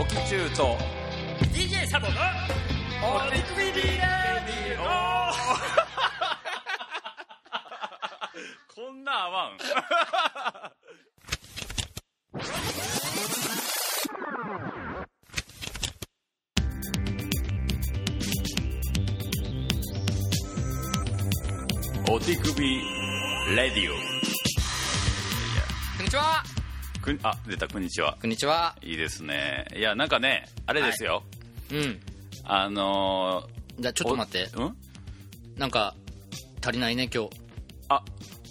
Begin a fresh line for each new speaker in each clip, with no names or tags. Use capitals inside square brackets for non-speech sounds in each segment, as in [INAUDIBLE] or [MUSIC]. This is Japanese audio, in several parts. オキチューと
DJ サボのお手首リラディ
[LAUGHS] こんな合わんお手首レディオ
こんにちは
くんあ出たこんにちは
こんにちはい
いですねいやなんかねあれですよ、
うん
あの
じゃあち
ー、
ょっと待って
おうん
なんか足りないね今日
あ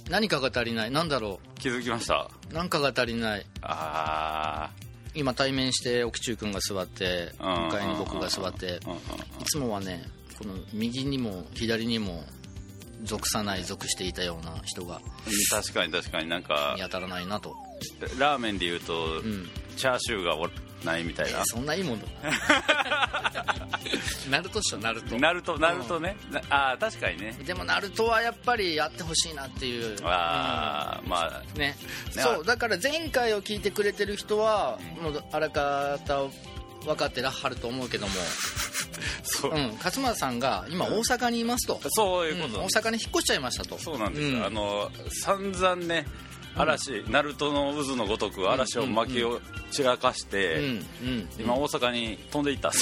何かが足りないなんだろ
気づきました
う何かが足りない
あ
今対面して奥中君が座って
うんうんうん
向かいに僕が座って
ーうんうん
いつもはねこの右にも左にも属さない属していたような人が
確かに確かになんか
見当たらないなと
ラーメンで言うと、
うん
チャーシューがおないみたいな
そんないいも
[LAUGHS]
んだナルトっしょナルト
ナルトナルトね、なああ確かにね
でもナルトはやっぱりやってほしいなっていう
あーまあ
うんね
ね
そうだから前回を聞いてくれてる人は
うん
もうあらかた分かってらっはると思うけども、
そう、
うん、勝間さんが今大阪にいますと、
そういううんこ
大
と、
阪に引っ越しちゃいましたと
そうなんですよ、
うん
あの散々ね嵐、ナルトの渦のごとく嵐を巻きを散らかして、
うんうん
今大阪に飛んでいったと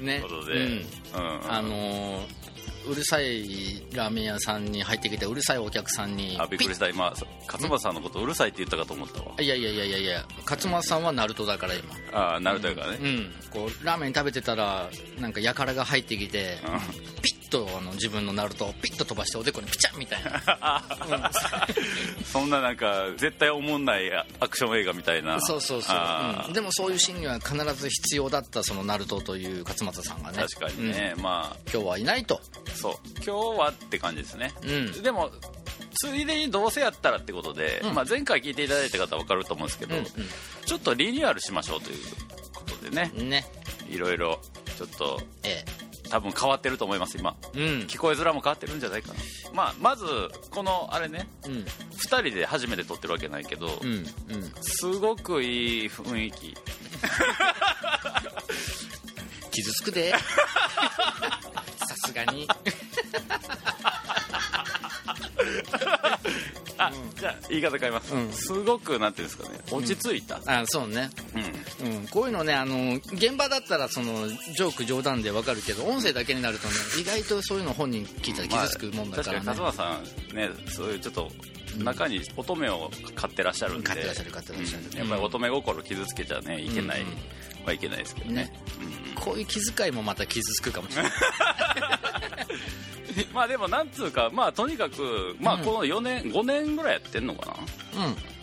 い
ね
うことで、うん
うんあのーうるさいラーメン屋さんに入ってきてうるさいお客さんに
あびっくりした今勝間さんのことうるさいって言ったかと思ったわ、
いやいやいやいやいや勝間さんはナルトだから今
ああナルトやからね、
うんこうラーメン食べてたらなんかやからが入ってきて
うん
ピッとあの自分のナルトをピッと飛ばしておでこにピチャンみたいな
そんななんか絶対おもんないアクション映画みたいな
そうそうそう、
あー
うんでもそういうシーンには必ず必要だったそのナルトという勝俣さんがね
確かにね、ま
うん今日はいないと
あそう今日はって感じですね、
うん
でもついでにどうせやったらってことで、
うん
まあ、前回聞いていただいた方は分かると思うんですけど、
うん
ちょっとリニューアルしましょうということでね
うんね
いろいろちょっと
え
多分変わってると思います今
えうん
聞こえづらも変わってるんじゃないかな、まあ、まずこのあれね
うん
2人で初めて撮ってるわけないけど、
うんうん
すごくいい雰囲気
傷つ
[LAUGHS]
くでさすがに
あ、じゃあ言い方変えます、
うん
すごくなんていうんですかね落ち着いた、
あそうね、
うん
うん、こういうのねあの現場だったらそのジョーク冗談でわかるけど音声だけになるとね意外とそういうの本人聞いたら傷つくもんだからね、
まあ確かに勝間さんねそういうちょっと中に乙女を買ってらっしゃるんで、
買ってらっしゃる買ってらっしゃる
うんやっぱり乙女心傷つけちゃねいけない、
うん
はいけないですけどね
ねこういう気遣いもまた傷つくか
[LAUGHS]
もしれない
うんまあでもなんつうかまあとにかくまあ
うん
この4年5年ぐらいやってんのかな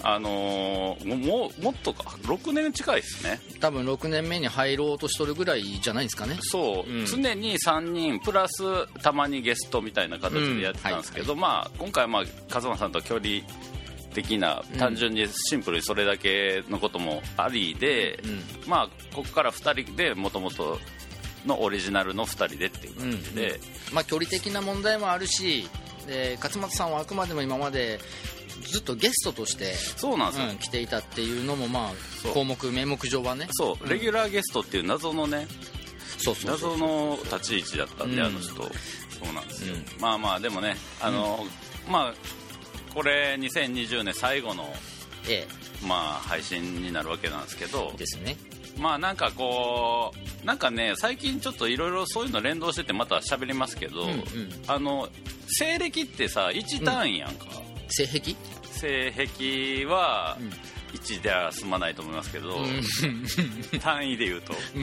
あのーもももっとか6年近いですね
うん多分6年目に入ろうとしとるぐらいじゃないですかね
そう、
うん
常に3人プラスたまにゲストみたいな形でやってたんですけど、まあ、今回は、まあ、カズマさんと距離的な
うん
単純にシンプルにそれだけのこともありで、
う
まあ、ここから2人でもともとのオリジナルの2人でっていう感じで、
まあ距離的な問題もあるしで勝俣さんはあくまでも今までずっとゲストとして、
そうなんですよ、
うん、来ていたっていうのもま
そ
あ
う
項目名目上はね
そうレギュラーゲストっていう謎のね
そうそうそう
謎の立ち位置だったんで、
うん
あの人そうなんですよ、
う
まあまあでもねあの、まあこれ2020年最後の
え
まあ、配信になるわけなんですけど
えですね
まあなんかこうなんかね最近ちょっといろいろそういうの連動しててまた喋りますけど、
うんうん
あの西暦ってさ1単位やんか、
性癖
西暦は
うん
1では済まないと思いますけど、単位で言うと
うん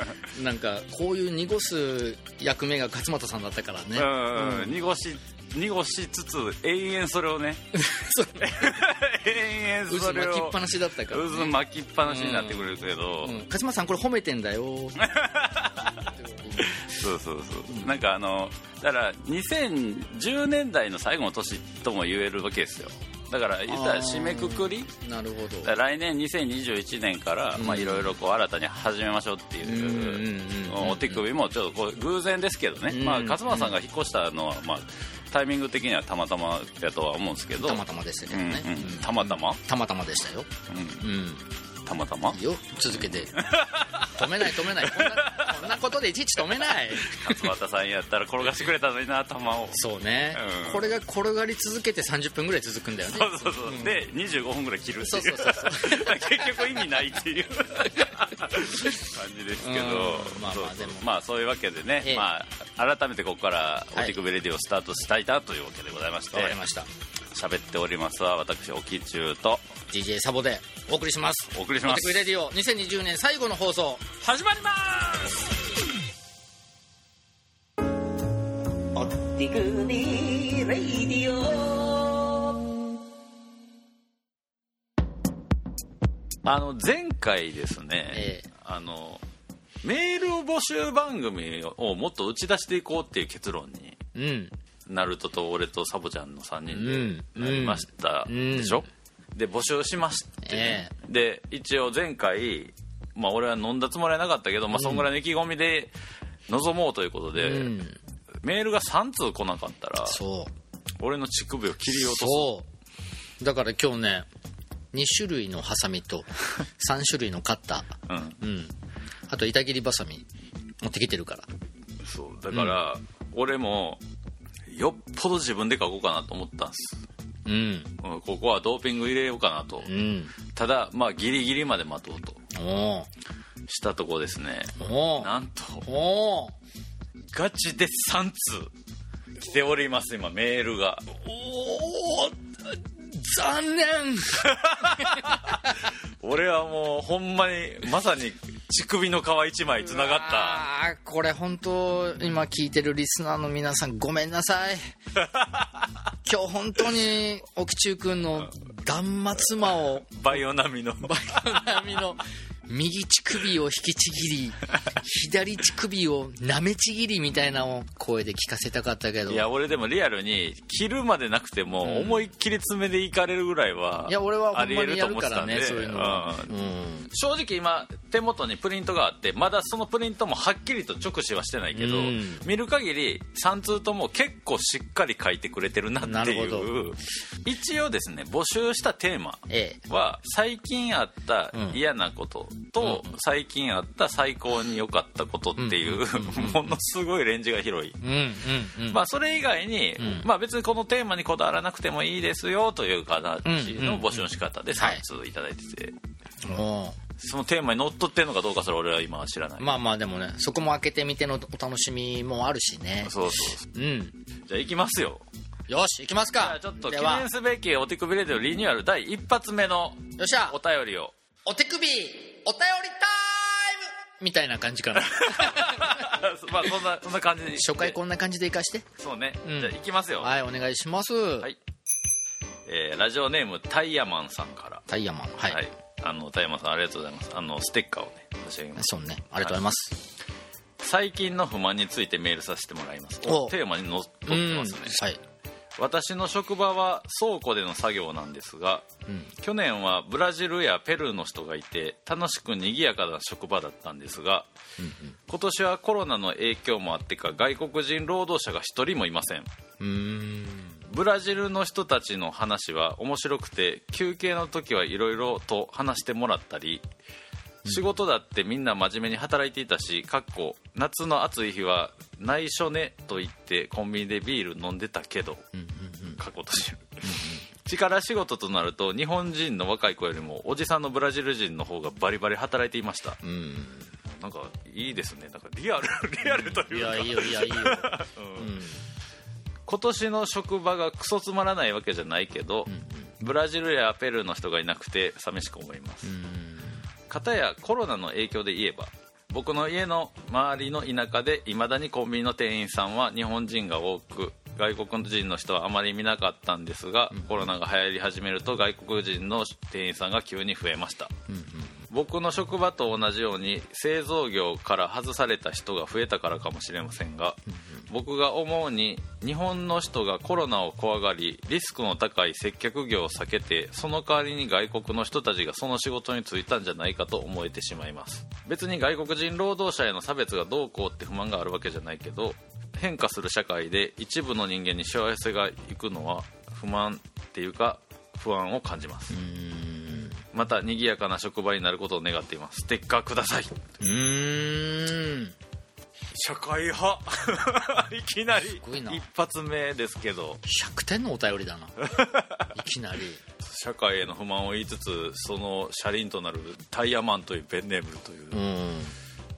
[LAUGHS]
うんなんかこういう濁す役目が勝俣さんだったからね
うん、濁し濁しつつ延々 [LAUGHS] それをね延々
渦
それ
巻きっ
を
ぱなしだったから、ね、
渦巻きっぱなしになってくれるけど、
うん勝間さんこれ褒めてん
[LAUGHS]
だよ
そうそうそう、なんかあのだから2010年代の最後の年とも言えるわけですよだから言ったら締めくくり
なるほど
だから来年2021年から
うん
まあいろいろこう新たに始めましょうっていう
うんうんうん
お手首もちょっとこう偶然ですけどね、
うん
まあ、勝間さんが引っ越したのは、まあ、タイミング的にはたまたまやとは思うんですけど
たまたまでしたけどね、
うんうんたまたま
たまたまでしたよ、
うん
うん、
たまたま
よ続けて [LAUGHS] 止めない止めないこんなこんなことでいちいち止
[LAUGHS]
めない
勝俣さんやったら転がしてくれたのにな球を
そうね、
うん
これが転がり続けて30分ぐらい続くんだよね
そうそうそう、で25分ぐらい切るっていう
そうそうそう
[LAUGHS] 結局意味ないっていう感じですけど、
うんまあまあ
そうそう
でも
まあそういうわけでね、
ええ
まあ、改めてここから「
はい
おティクベレディ」をスタートしたいなというわけでございまして
わかりました
喋っておりますは私おきちゅうと
DJ サボでお送りします
お送りし
モ
ま
テクレ
す
ディオ2020年最後の放送
始まります
おってくねレイディオ
あの前回ですね、
ええ
あのメール募集番組をもっと打ち出していこうっていう結論に
うん
ナルトと俺とサボちゃんの3人
う
で
ん
なりました
うん
でしょ、で募集しまして、
え
で一応前回、まあ、俺は飲んだつもりはなかったけど、まあ、そんぐらいの意気込みで臨もうということで、
うん
メールが3通来なかったら
そう
俺の乳首を切り落とす
そうだから今日ね2種類のハサミと3種類のカッタ
う,、
ーうんあと板切りバサミ持ってきてるから
ん、そうだから、俺もよっぽど自分で書こうかなと思ったんです、
うん
うん、ここはドーピング入れようかなと、
うん
ただまあギリギリまで待とうと
お
したとこですね
おお
なんと
おおお
ガチで3通来ております今メールが
お残念
俺はもうほんまにまさに乳首の皮一枚つながった
あーこれ本当今聞いてるリスナーの皆さんごめんなさい今日本当に沖中君の断末魔を
バイオ並みの
波の右乳首を引きちぎり左乳首を舐めちぎりみたいなのを声で聞かせたかったけど
いや俺でもリアルに切るまでなくても思いっきり爪でいかれるぐらいはい
や俺はほ
あ
ん
り
ま
え
に
る
や
と
る
思っ
か
てた
ら
んで
ねそういうのは
うん
うん
正直今手元にプリントがあってまだそのプリントもはっきりと直視はしてないけど、
うん
見る限り3通とも結構しっかり書いてくれてるな
な
ってい
るほ
う一応ですね募集したテーマ
ええ
は最近あった
うん
嫌なことと最近あった最高に良かったことっていう [LAUGHS] ものすごいレンジが広い。
うんうんうん
まあ、それ以外に、
ん
まあ、別にこのテーマにこだわらなくてもいいですよという形の募集の仕方で3通いただいてて、
おう
そのテーマにのっとってんのかどうかそれ俺は今は知らない、
まあまあでもねそこも開けてみてのお楽しみもあるしね
そうそうそ
うん
うじゃあ行きますよ
よし行きます
じゃ
か
あちょっと記
では
念すべきお手首レディオリニューアル第一発目の
よっしゃ
お便り [LAUGHS] を
お手首お便りタイムみたいな感じ [LAUGHS] かな
まあそんなそんな感じで
初回こんな感じでいかして
そうね、
うん
じゃあ行きますよ、
はいお願いします、
はいえーラジオネームタイヤマンさんから
タイヤマンはい、
はいあのタイヤマンさんありがとうございますあのステッカーをね差し上げます
そうねありがとうございます、
最近の不満についてメールさせてもらいます
お
テーマにのっとって
うん
ますね
はい
私の職場は倉庫での作業なんですが
うん
去年はブラジルやペルーの人がいて楽しく賑やかな職場だったんですが、今年はコロナの影響もあってか外国人労働者が一人もいません
うーん
ブラジルの人たちの話は面白くて休憩の時はいろいろと話してもらったり仕事だってみんな真面目に働いていたしかっこ夏の暑い日は内緒ねと言ってコンビニでビール飲んでたけど
うんうん
過去としてる力仕事となると日本人の若い子よりもおじさんのブラジル人の方がバリバリ働いていました
うんうん
なんかいいですねなんかリアルリアルと
い
いうか
やいいよい [LAUGHS] やいいよ、
今年の職場がクソつまらないわけじゃないけど、ブラジルやペルーの人がいなくて寂しく思います、
うん、
かたやコロナの影響で言えば僕の家の周りの田舎でいまだにコンビニの店員さんは日本人が多く外国人の人はあまり見なかったんですが、コロナが流行り始めると外国人の店員さんが急に増えました、僕の職場と同じように製造業から外された人が増えたからかもしれませんが、僕が思うに日本の人がコロナを怖がりリスクの高い接客業を避けてその代わりに外国の人たちがその仕事に就いたんじゃないかと思えてしまいます別に外国人労働者への差別がどうこうって不満があるわけじゃないけど変化する社会で一部の人間に幸せがいくのは不満っていうか不安を感じます
うん
また賑やかな職場になることを願っていますステッカーくださいう
ーん
社会派 [LAUGHS] いきなり
ごいな
一発目ですけど
100点のお便りだな [LAUGHS] いきなり
社会への不満を言いつつその車輪となるタイヤマンというペンネームといううん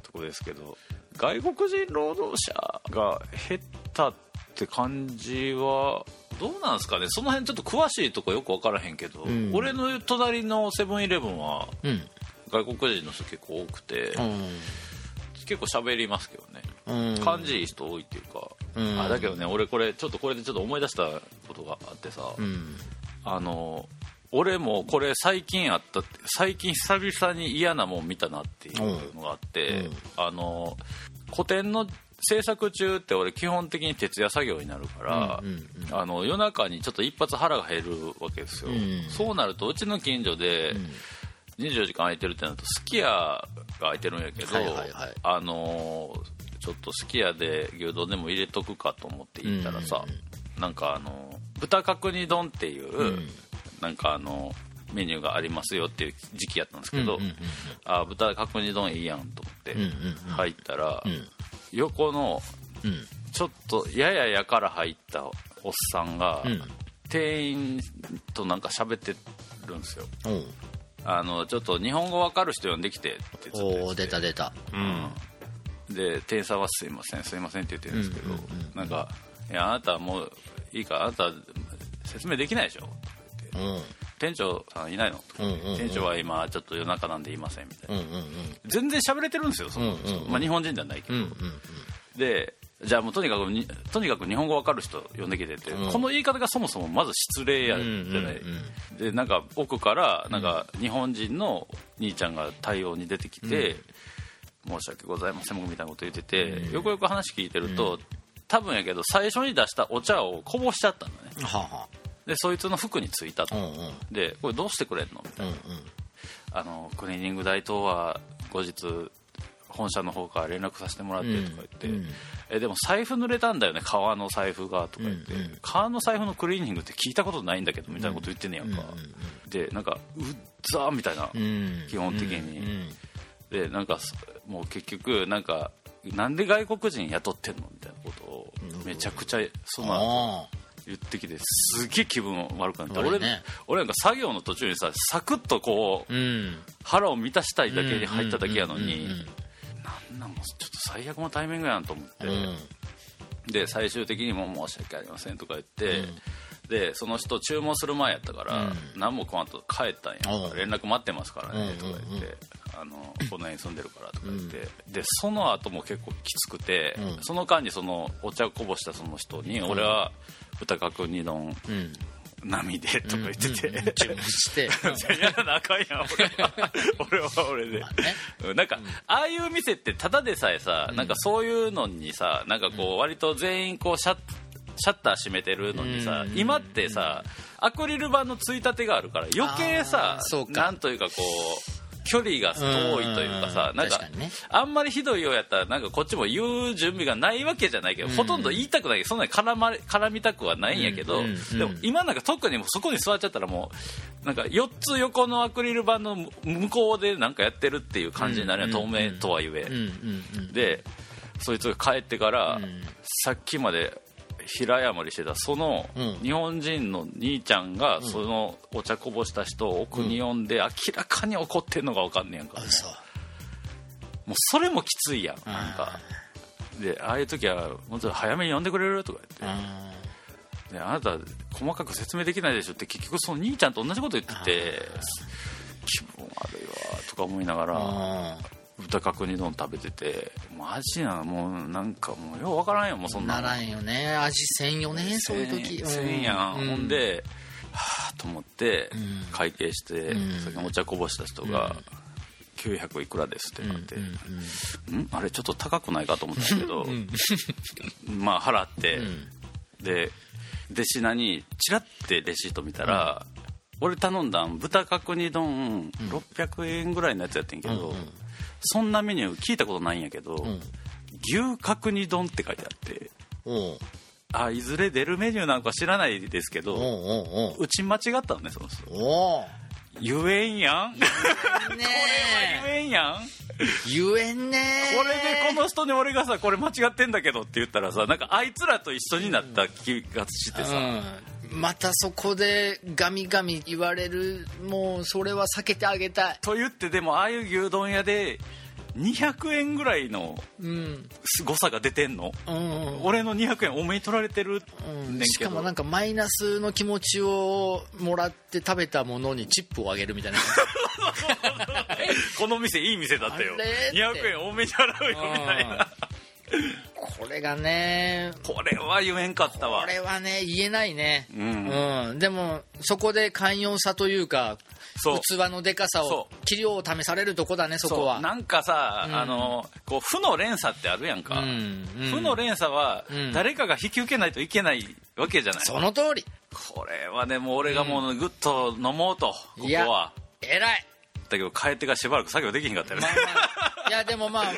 ところですけど、外国人労働者が減ったって感じはどうなんですかねその辺ちょっと詳しいとこよく分からへんけど、
ん
俺の隣のセブンイレブンは
うん
外国人の人結構多くて、結構喋りますけどね
うんうん
感じいい人多いっていうか、
うん
あだけどね俺これちょっとこれでちょっと思い出したことがあってさ、
うん
あの俺もこれ最近あったって最近久々に嫌なもん見たなっていうのがあって、
うん
あの古典の制作中って俺基本的に徹夜作業になるから、
うんうん
あの夜中にちょっと一発腹が減るわけですよ、
ん
そうなるとうちの近所で24時間空いてるってなるとすき家が空いてるんやけど、
はいはいはい
あのーちょっとすき家で牛丼でも入れとくかと思って行ったらさ、なんかあの豚角煮丼っていう、
ん
なんかあのメニューがありますよっていう時期やったんですけど、
うんうんうん
あ豚角煮丼いいやんと思って
うんうん
入ったら、
うん
横の
うん
ちょっとやややから入ったおっさんが、
うん
店員となんか喋ってるんですよ
おう
あのちょっと日本語わかる人呼んできてってずっと言って
おう出た出た
うん、で店員さんは「すいませんすいません」って言ってるんですけど、なんか「いやあなたはもういいかあなた説明できないでしょ」
うん
店長さんいないの、
うんうんうん
店長は今ちょっと夜中なんでいませんみたいな、
うんうんうん
全然喋れてるんですよその人、
うんうんうん
まあ、日本人ではないけど、
うんうん
でじゃあもうとにかくにとにかく日本語わかる人呼んできてって、
うん
この言い方がそもそもまず失礼やじゃない、
うんうん
でなんか奥からなんか日本人の兄ちゃんが対応に出てきて、申し訳ございませんみたいなこと言ってて、よくよく話聞いてると、多分やけど最初に出したお茶をこぼしちゃったんだね
うんはあは
でそいつの服についた
あう
と、
んうん
でこれどうしてくれんのみたい
うんうん
なあのクリーニング代等は後日本社の方から連絡させてもらってとか言って、
うん
えでも財布濡れたんだよね革の財布がとか言って、
うんうん
革の財布のクリーニングって聞いたことないんだけどみたいなこと言ってんねやんか、でなんかうっざーみたいな、
うん
基本的に、
うん
でなんかそもう結局なんかなんで外国人雇ってんのみたいなことをめちゃくちゃその後
ああ
言ってきてすげえ気分悪くなった
悪
俺,、
いね
俺なんか作業の途中にさサクッとこう
うん
腹を満たしたいだけに入っただけやのに
うんうんうんうん
なんなんもうちょっと最悪のタイミングやんと思って、
うん
で最終的にもう申し訳ありませんとか言って、でその人注文する前やったから、何も食わんと帰ったんや、
うん
連絡待ってますからね
うん
とか言って、あ
[LAUGHS]
のこの辺住んでるからとか言って、でその後も結構きつくて、
うん
その間にそのお茶こぼしたその人に、俺は豚角煮丼
うん
並でとか言ってて、
注文して
いやなあかんやん俺は俺は俺で、
ね
うんなんか、ああいう店ってただでさえさ、なんかそういうのにさなんかこう割と全員こうシャッシャッター閉めてるのにさ、今ってさアクリル板のついたてがあるから余計さ
あーそうか
なんというかこう距離が遠いというかさ
うん
なんか
確かにね
あんまりひどいようやったらなんかこっちも言う準備がないわけじゃないけど、ほとんど言いたくないそんなに絡まれ絡みたくはないんやけど、
うんうんうん
でも今なんか特にもうそこに座っちゃったらもうなんか4つ横のアクリル板の向こうでなんかやってるっていう感じになるやん、透明とはいえ、
うんうんうん
でそいつが帰ってから、
ん
さっきまで平謝りしてたその
うん
日本人の兄ちゃんがそのお茶こぼした人を奥に呼んで明らかに怒ってんのが分かんねやんか、
あ嘘
もうそれもきついやんなんかでああいう時はもうちょっと早めに呼んでくれるとか
う
言って
ん
であなた細かく説明できないでしょって結局その兄ちゃんと同じこと言ってて気分悪いわとか思いながら
あ
豚角煮丼食べててマジなもうなんかもうようわからんよもうそ
あ
ん
な
な
らんよね味せんよねそういう時
せんやん、
う
ほんではあと思って会計して、
ん
それにお茶こぼした人が、900いくらですってなって、
うんうん
んあれちょっと高くないかと思ったけど、まあ払って、で弟子なにチラってレシート見たら、俺頼んだん豚角煮丼600円ぐらいのやつやってんけど、そんなメニュー聞いたことないんやけど、牛角煮丼って書いてあって
おう
あいずれ出るメニューなんか知らないですけ
おう
ど、
おうおう
うち間違ったのねその人
おう
言えんやんこ
ね
れは言えんやんこ
え言えんねえ
れでこの人に俺がさこれ間違ってんだけどって言ったらさなんかあいつらと一緒になった気がしてさ、
うん、またそこでガミガミ言われるもうそれは避けてあげたい
と言ってでもああいう牛丼屋で200円ぐらいの
うん
誤差が出てんの
うん
俺の200円おめに取られてる
うん
ねん
し
け
か
ど、
もなんかマイナスの気持ちをもらって食べたものにチップをあげるみたいな
[LAUGHS] この店いい店だったよ
あれって
200円多めに払うよみたいな
これがね
これは言えんかったわ
これはね言えないね
う
うんん、でもそこで寛容さというか
そう
器のでかさを
そ
器量を試されるとこだねそこは
そうなんかさ、
うん
あのこう負の連鎖ってあるやんか、
うんうん
負の連鎖は
うん
誰かが引き受けないといけないわけじゃない、
その通り
これはねもう俺がもうグッと飲もうとここ
いや
は [LAUGHS]
偉い
だけど帰ってからしばらく作業できへんかったよね
まあまあ、いやでもまあ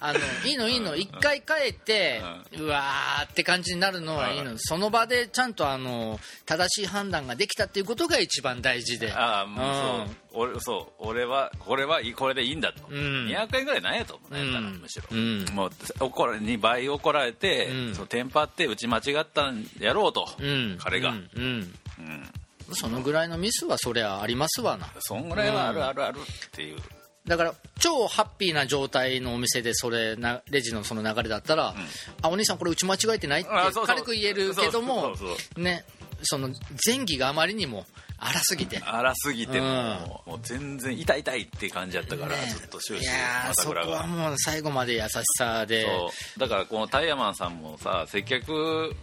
あのいいのいいの一回帰って、うわーって感じになるのはいいの、
う
その場でちゃんとあの正しい判断ができたっていうことが一番大事で
ああもうそう,、俺そう俺はこれはいいこれでいいんだと、
うん
200円ぐらいなんやと思うね、
うん
むしろ、
うん
もう怒らに倍怒られて、
うん
そのテンパってうち間違ったんやろうと、
うん
彼が、
うんうん
うん
そのぐらいのミスはそりゃありますわな
そんぐらいはあるあるあるっていう、
だから超ハッピーな状態のお店でそれなレジのその流れだったら、あお兄さんこれうち間違えてないって
あそうそう
軽く言えるけども
そうそう
ねその前儀があまりにも荒すぎて
荒すぎても,、
うん
もう全然痛い痛いって感じやったから、
ね
ちょっと終
い
始
やー
またぐ
そこ
ら
は
が。
もう最後まで優しさで
そうだからこのタイヤマンさんもさ接客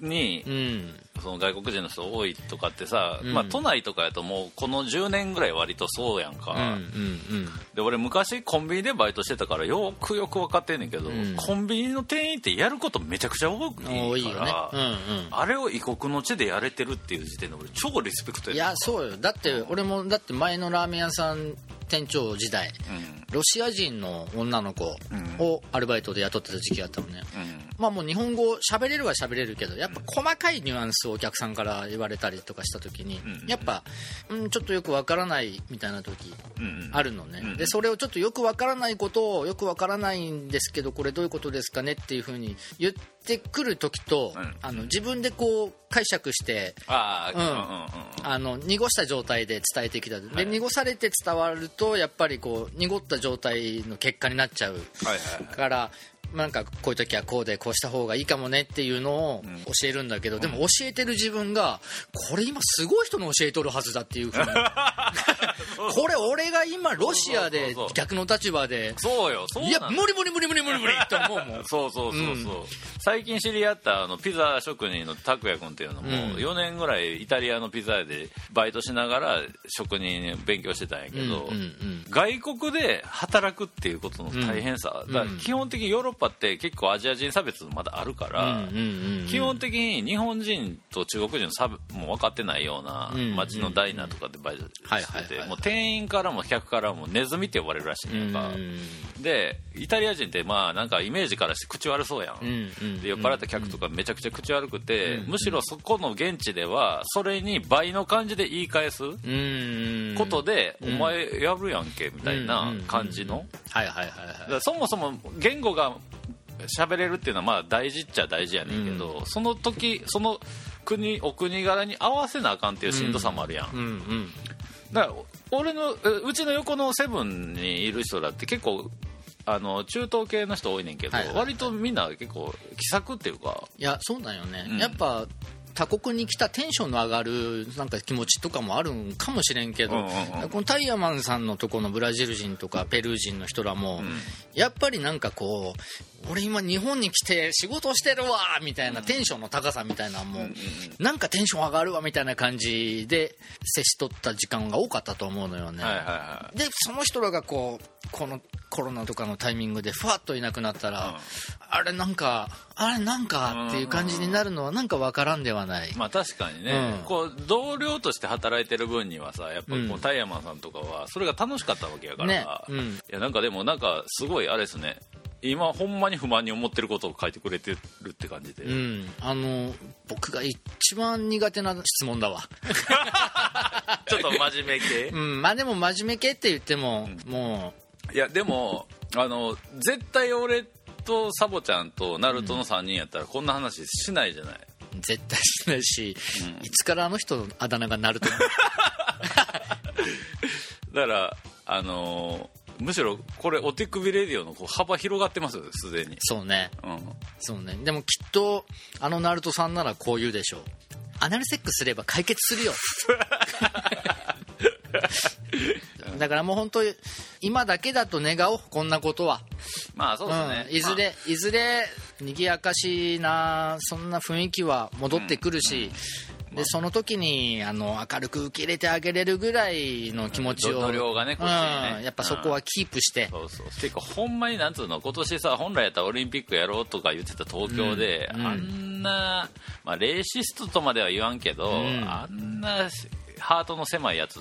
に
うん
その外国人の人多いとかってさ、
うん
まあ、都内とかやともうこの10年ぐらい割とそうやんか、
うんうん
で俺昔コンビニでバイトしてたからよくよく分かってんねんけど、
ん
コンビニの店員ってやることめちゃくちゃ多いか
う
ら
ん多いよねうんうん
あれを異国の地でやれてるっていう時点で俺超リスペクト
い
や
やそうよだって俺もだって前のラーメン屋さん店長時代
うん
ロシア人の女の子
うん
をアルバイトで雇ってた時期があったのね
うん
まあもう日本語喋れるは喋れるけどやっぱ細かいニュアンスをお客さんから言われたりとかした時に
うん
やっぱ、うん、ちょっとよくわからないみたいな時
うん
あるのね、
うん
でそれをちょっとよくわからないことをよくわからないんですけどこれどういうことですかねっていうふうに言ってくる時と、
うん
あの自分でこう解釈して
ああ、
う
う
ん
ん、うんうん
あの濁した状態で伝えてきた、
はい
で濁されて伝わるとやっぱりこう濁った状態の結果になっちゃう
はいはいはい
から。なんかこういう時はこうでこうした方がいいかもねっていうのを
ん
教えるんだけど、でも教えてる自分がこれ今すごい人の教えとるはずだっていう
[LAUGHS]
ふうにこれ俺が今ロシアで
そうそうそうそう
逆の立場で
そうよそう
いや
なの
無理無理無理無理無理無理って思うもん
[LAUGHS] そうそうそうそう、最近知り合ったあのピザ職人の拓也君っていうのも
うん
4年ぐらいイタリアのピザ屋でバイトしながら職人勉強してたんやけど、
うんうんうん
外国で働くっていうことの大変さ、
うん
だから基本的にヨーロッパって結構アジア人差別まだあるから、
うんうんうん
基本的に日本人と中国人の差も分かってないような
うん
街のダイナーとかでバイト
はい
し
はい
て
は
て
いはい
もう店員からも客からもネズミって呼ばれるらしい
うん
のか、でイタリア人ってまあなんかイメージからして口悪そうやん、
うんうん
で酔っ払った客とかめちゃくちゃ口悪くて、むしろそこの現地ではそれに倍の感じで言い返す
うん
ことで、お前やるやんけみたいな感じの、
はいはいはい
だか
はい
らそもそも言語が喋れるっていうのはまあ大事っちゃ大事やねんけど、その時その国お国柄に合わせなあかんっていうしんどさもあるやん、
うんうん
だからお俺のえうちの横のセブンにいる人だって結構あの中東系の人多いねんけど、
はいはいはい
割とみんな結構気さくっていうか
いやそうだよね、
うん
やっぱ他国に来たテンションの上がるなんか気持ちとかもあるんかもしれんけど、
うんうんうん
このタイヤマンさんのとこのブラジル人とかペルー人の人らも、やっぱりなんかこう俺今日本に来て仕事してるわみたいなテンションの高さみたいなのも、なんかテンション上がるわみたいな感じで接しとった時間が多かったと思うのよね、
はいはいは
でその人らがこうこのコロナとかのタイミングでふわっといなくなったら、
うん
あれなんかあれなんかっていう感じになるのはなんかわからんではない、
いまあ確かにね、
うん
こう同僚として働いてる分にはさやっぱこう、
うん
タイヤマンさんとかはそれが楽しかったわけやから、
ねうん
いやなんかでもなんかすごいあれですね今ほんまに不満に思ってることを書いてくれてるって感じで、
うん、あの僕が一番苦手な質問だわ
ちょっと真面目
[LAUGHS]
系
うんまあでも真面目系って言っても、も
いやでもあの絶対俺とサボちゃんとナルトの3人やったらこんな話しないじゃない、
う絶対しないし、いつからあの人のあだ名がなると思う
だからあのーむしろこれお手首レディオのこう幅広がってますよすでに
そうね
うん
そうねでもきっとあのナルトさんならこう言うでしょうアナルセックスすれば解決す
[LAUGHS]
るよだからもう本当に今だけだと願おうこんなことは
まあそうですね、
うん、いずれ、いずれ賑やかしなそんな雰囲気は戻ってくるし、でその時にあの明るく受け入れてあげれるぐらいの気持ちを、
度量がねこっちにね
うんやっぱそこはキープして、
そうそうてかほんまになんつうの今年さ本来やったらオリンピックやろうとか言ってた東京で、
うんうん
あんな、まあ、レーシストとまでは言わんけど、
ん
あんなハートの狭いやつ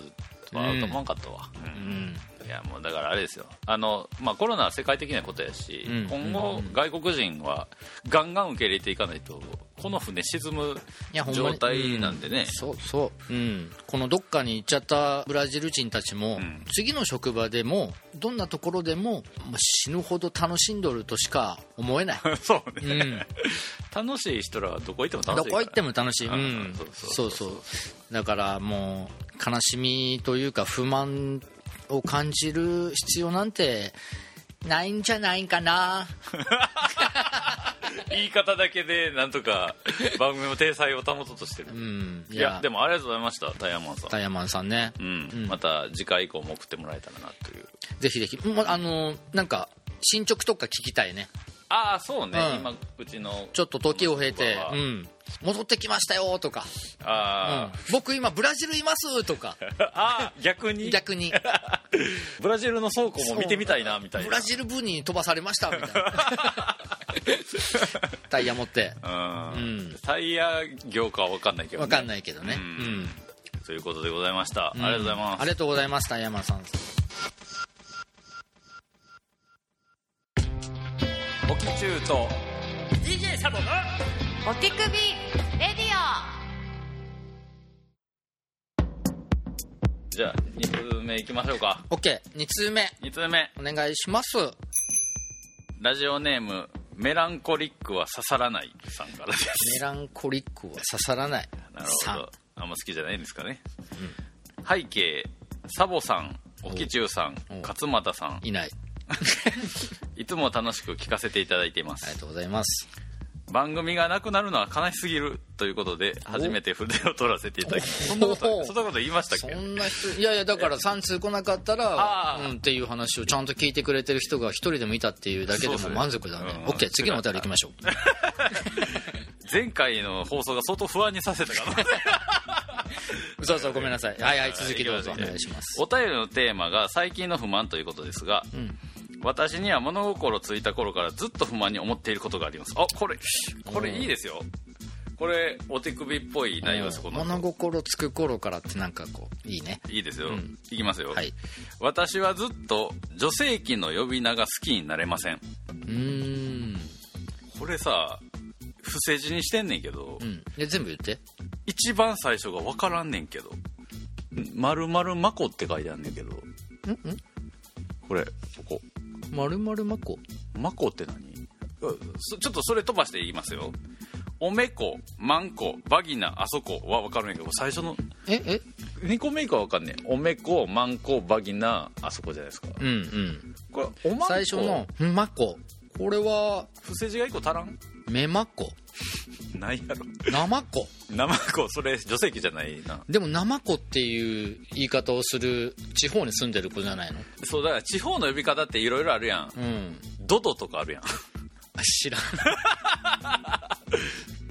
は合うと思わんかったわ、うん
うん
いやもうだからあれですよあの、まあ、コロナは世界的なことやし、
うん
今後外国人はガンガン受け入れていかないとこの船沈む
いやほんまに
状態なんでね、
そうそう、うん、このどっかに行っちゃったブラジル人たちも、
ん
次の職場でもどんなところでももう死ぬほど楽しんどるとしか思えない
そうね、 [LAUGHS]
うん [LAUGHS]
楽しい人らはどこ行っても楽しいから
どこ行っても楽しい、う
うん
ん、
そ
そう
そう
う
そ
そううだからもう悲しみというか不満を感じる必要なんてないんじゃないかな
言い方だけでなんと
[LAUGHS]
か番組の体裁を保とうとしてる、
う
い
んい
やでもありがとうございましたタイヤマンさん
タイヤマンさんね、
うん
うん
また次回以降も送ってもらえたらなという
ぜひぜひもうあのなんか進捗とか聞きたいね
ああそうね、
うん
今うちの
ちょっと時を経て、
あ
うん、戻ってきましたよとか、うん
あ、
僕今ブラジルいますとか
ー、あー逆に [LAUGHS]
逆に
ブラジルの倉庫も見てみたいなみたいな
ブラジル部に飛ばされましたみたいな
[LAUGHS]
タイヤ持って
うん、
うん
タイヤ業かは分かんないけど、ね、
わかんないけどね、
う
うんん
ということでございました、あ
ん
りがとうございます
ありがとうございますタイヤマンさん
オキチューと
DJ サボが
お手首レディ
じゃあ2通目いきましょうか
OK2 通目
2通目
お願いします
ラジオネームメランコリックは刺さらないさんからです
メランコリックは刺さらない
なる
さ
ほ
ん
どあんま好きじゃないんですかね、背景サボさんおきちゅうさん
おう
勝俣さん
いない
[LAUGHS] いつも楽しく聞かせていただいていま
あり
す
がとうございます
番組がなくなるのは悲しすぎるということで初めて筆を取らせていただきますそ
お
んなこと
お
そんなこと言いましたっ
そ
け
んな人いやいやだから3通来なかった
あ
ら
ー
うんっていう話をちゃんと聞いてくれてる人が1人でもいたっていうだけで
そう
も
っすね
満足だね
うん
OK 次のお便り行きましょう
前回の放送が相当不安にさせたから
[LAUGHS] そうそうごめんなさいはいはい続きどうぞ
は
お願いします
お便りのテーマが最近の不満ということですが、
ん
私には物心ついた頃からずっと不満に思っていることがありますあこれこれいいですよこれお手首っぽい内容ですこの
物心つく頃からってなんかこういいね
いいですよ、
ん
いきますよ、
はい
私はずっと女性器の呼び名が好きになれません
うーん
これさ不正字にしてんねんけど、
うんで全部言って
一番最初が分からんねんけど「まるまるまこ」って書いてあんねんけどこれここ
まるまるまこ
マコって何うそちょっとそれ飛ばして言いますよおめこマンコバギナあそこは分かるんやけど最初の
ええ
2個目以降は分かんねえおめこマンコバギナあそこじゃないですか
うんうん
これおまんこ
最初の「まこ」これは
不正字が1個足らん
「めまこ」
ないやろ
「なまこ
生子それ女性器じゃないな」
でも「なまこ」っていう言い方をする地方に住んでる子じゃないの
そうだから地方の呼び方っていろいろあるやん
うん
ドドとかあるやん
あ知らん [LAUGHS]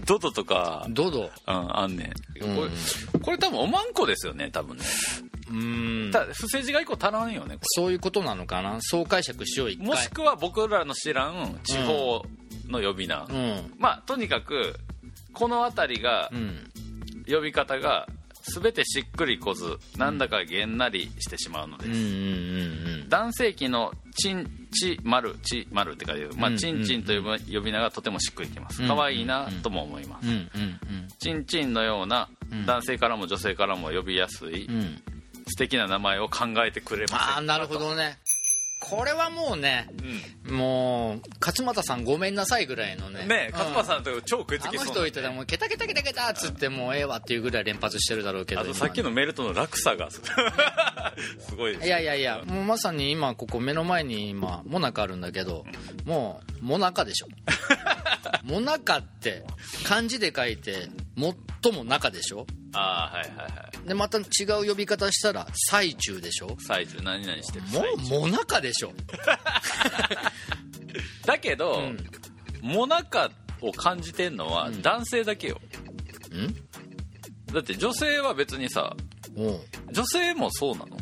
ドドとか
ドド
うん、あんねん、これこれ多分おまんこですよね多分ね、
うーん
た不正字が1個足らんよねこれ
そういうことなのかなそう解釈しよう一回
もしくは僕らの知らん地方の呼び名、
うん
まあとにかくこの辺りが
うん
呼び方が全てしっくりこずなんだかげんなりしてしまうので
う
す、
んうんうん
男性器のチンチマルチマルって書いてある、ま
う
あ、
ん
チンチンという呼び名がとてもしっくりきます
うん
可愛いなとも思います、
うんうんうん
チンチンのような
ん
男性からも女性からも呼びやすい、
うん
素敵な名前を考えてくれません
ああ
か
なるほどねこれはもうね
とうん
もう勝俣さんごめんなさいぐらいのね
ねえ勝間
ん
さんと超食いつ
あ
き
の
そうな
人いたらもうケタケタケタケタっつってもうええわっていうぐらい連発してるだろうけど
あとさっき
の
のメールとの落差がすご [LAUGHS] いです
いやいやいやもうまさに今ここ目の前に今モナカあるんだけどもうモナ
[LAUGHS]
カでしょモナカって漢字で書いて最も中でしょ
ああはいはいはい
でまた違う呼び方したら最中でしょ
最中何々してる
も
最中
うモナカでしょ
だけど、
ん
モナカを感じてんのは男性だけよ、
ん
だって女性は別にさ
おう
女性もそうなの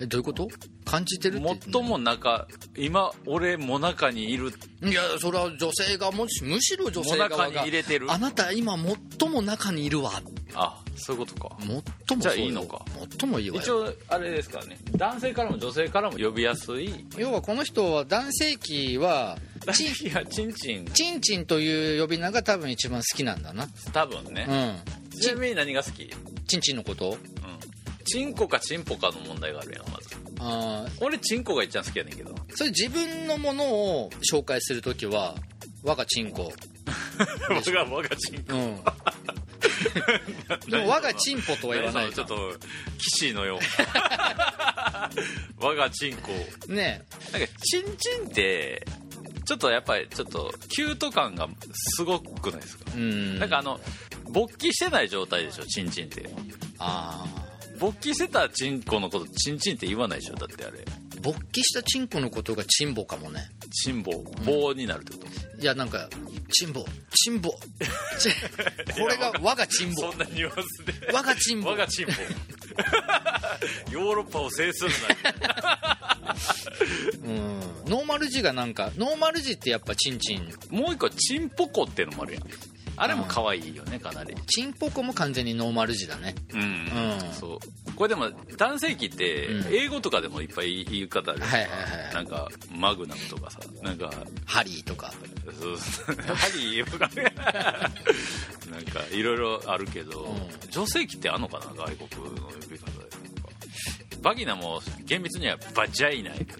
えどういうこと感じてるって
もっとも中今俺モナカにいる
いやそれは女性がもしむしろ女性側が
もなかに入れてる
あなた今最も中にいるわ
あそういうことか
最もそうよ
じゃあいいのか
最もいいわよ
一応あれですからね男性からも女性からも呼びやすい
要はこの人は男性器はチン
いやチンチン
チンチンという呼び名が多分一番好きなんだな
多分
う
ね、
ん
ちなみに何が好き、うん、
チンチンのこと
チンコかチンポかの問題があるやんまず
あー
俺チンコが一番好きやねんけ
[LAUGHS]
ど
それ自分のものを紹介するときは我がチンコ
僕が我がチン
うん
[LAUGHS]
でも我がチンポとは言
[LAUGHS]
わない
ちょっと騎士の
[LAUGHS]
よう我がチンコ
ね
なんかチンチンってちょっとやっぱりちょっとキュート感がすごくないですか、
えうん
なんかあの勃起してない状態でしょチンチンって
ああ
勃起してたチンコのことチンチンって言わないでしょだってあれ
勃起したチンコのことがチンボかもね
チンボ棒になるってこと、
いやなんかチンボ
[LAUGHS]
チンボチンこれが我がチンボ
そんなニュアンスで
我がチンボ
我がチンポ [LAUGHS] ヨーロッパを制するな
うんノーマル字がなんかノーマル字ってやっぱチンチン
[LAUGHS] もう一個チンポコっていうのもあるやんあれも可愛いよねかなり
チンポコも完全にノーマル字だね
うん、
うん
そうこれでも男性器って
うん
英語とかでもいっぱい言い方あるやんか
はいはいはい
なんかマグナムとかさなんか
ハリーとか
そうそうハリーとかねなんかいろいろあるけど、
うん
女性器ってあんのかな外国の呼び方でバギナも厳密にはバジャイナやけど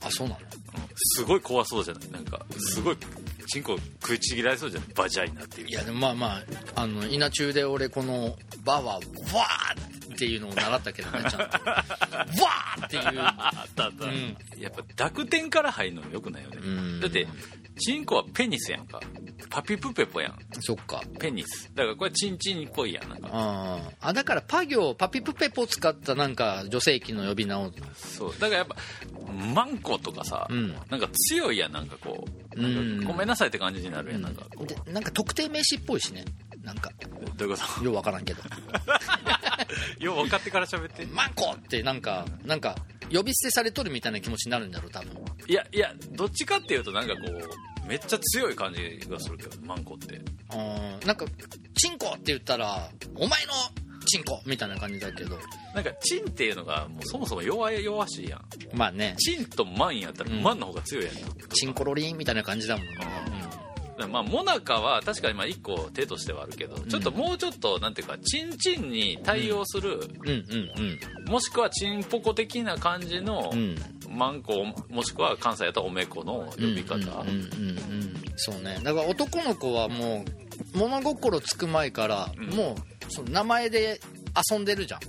あそうなの
すごい怖そうじゃないなんかすごいチンコ食いちぎられそうじゃないバジャイナっていう
いやでもまあまああの稲中で俺この「バ」は「わ」っていうのを習ったけどねちゃんと「わ」っていう
ああったあった、
うん
やっぱ濁点から入るのよくないよね
うん
だってチンコはペニスやんかパピプペポやん
そっか
ペニスだからこれチンチンっぽいやんなんか
あーあだからパ行パピプペポ使ったなんか女性器の呼び名を
そうだからやっぱマンコとかさ、
うん
なんか強いやんなんかこうな
うん
んかごめんなさいって感じになるやんなんかこう
でなんか特定名詞っぽいしねなんか
どういうこ
ようわからんけど
と [LAUGHS] よう分かってから喋って
「マンコ!」ってなんかなんか呼び捨てされとるみたいな気持ちになるんだろう多分
いやいやどっちかっていうとなんかこうめっちゃ強い感じがするけどマンコって
うんなんか「チンコ!」って言ったら「お前のチンコ!」みたいな感じだけど
なんかチンっていうのがもうそもそも弱い弱しいやん
まあね
チンとマンやったら
うん
マンの方が強いやん、と
チンコロリンみたいな感じだもんね
まあモナカは確かにまあ1個手としてはあるけど、ちょっともうちょっとなんていうかチンチンに対応する、
うんうんうん
もしくはチンポコ的な感じの、
うん
マンコもしくは関西やったらおめこの呼び方、
うんうんうんうんそうねだから男の子はもう物心つく前から、
ん
もうその名前で遊んでるじゃん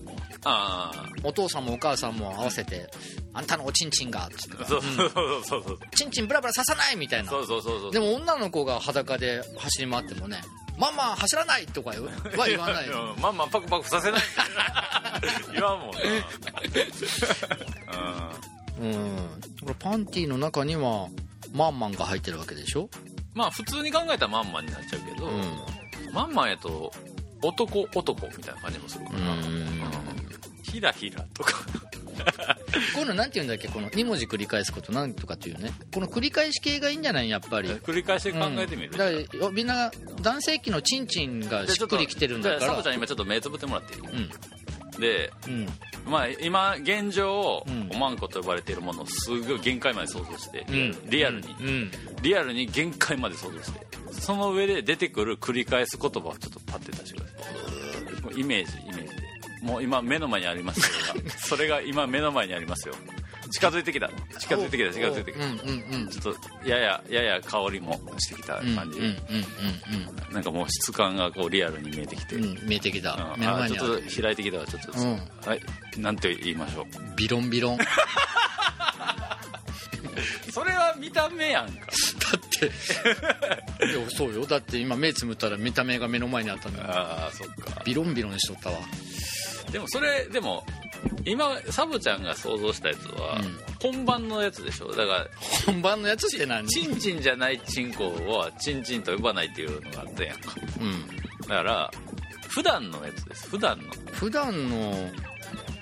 あ
お父さんもお母さんも合わせて「あんたのおちんちんが」っつって
あそうそうそうそうそう
「ちんちんブラブラ刺さない」みたいな
そうそうそうそう
でも女の子が裸で走り回ってもね「ママ走らない!」とか言うは言わない
やまんまんパクパクさせない [LAUGHS] 言わんもんな [LAUGHS] うん
うんこれパンティーの中にはマンマンが入ってるわけでしょ
まあ普通に考えたらまんまになっちゃうけど、
う
まんまやと男男みたいな感じもするか
う
ら、
ん
ひらひらと
[LAUGHS]
か
こういうのなんて言うんだっけこの2文字繰り返すことなんとかっていうねこの繰り返し系がいいんじゃないやっぱり
繰り返して考えてみる、
うんだからよみんな男性器のチンチンが
じゃあ
しっくりきてるんだか
じゃあサ
ら
ボちゃん今ちょっと目つぶってもらっていい、
ん
で、
うん
まあ、今現状、
うん
おまんこと呼ばれているものをすごい限界まで想像して、
うん
リアルに、
うん
リアルに限界まで想像してその上で出てくる繰り返す言葉をちょっとパッて出してくださいイメージイメージもう今目の前にありますそれがそれが今目の前にありますよ近づいてきた近づいてきた近づいてき
う
た
んうんうん
ちょっとやややや香りもしてきた感じ、
うんうん
なんかもう質感がこうリアルに見えてきて、
うんうんうん見えてきた目の
あ
前
ち
にあ
ょっ
る
と開いてきたわちょっと、
うん
はいなんて言いましょう
ビロ
[LAUGHS]
ンビロンだ
それは見た目やんか
っていやそうよだって今目つむったら見た目が目の前にあったんだよ
ああそっか
ビロンビロンしとったわ
でもそれでも今サボちゃんが想像したやつは、本番のやつでしょだから
本番のやつって何
チンチンじゃないチンコはチンチンと呼ばないっていうのがあったやんか
うん
だから普段のやつです普段の
普段の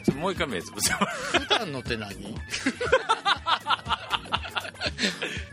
ちょもう一回目つぶせます
[LAUGHS] 普段のって何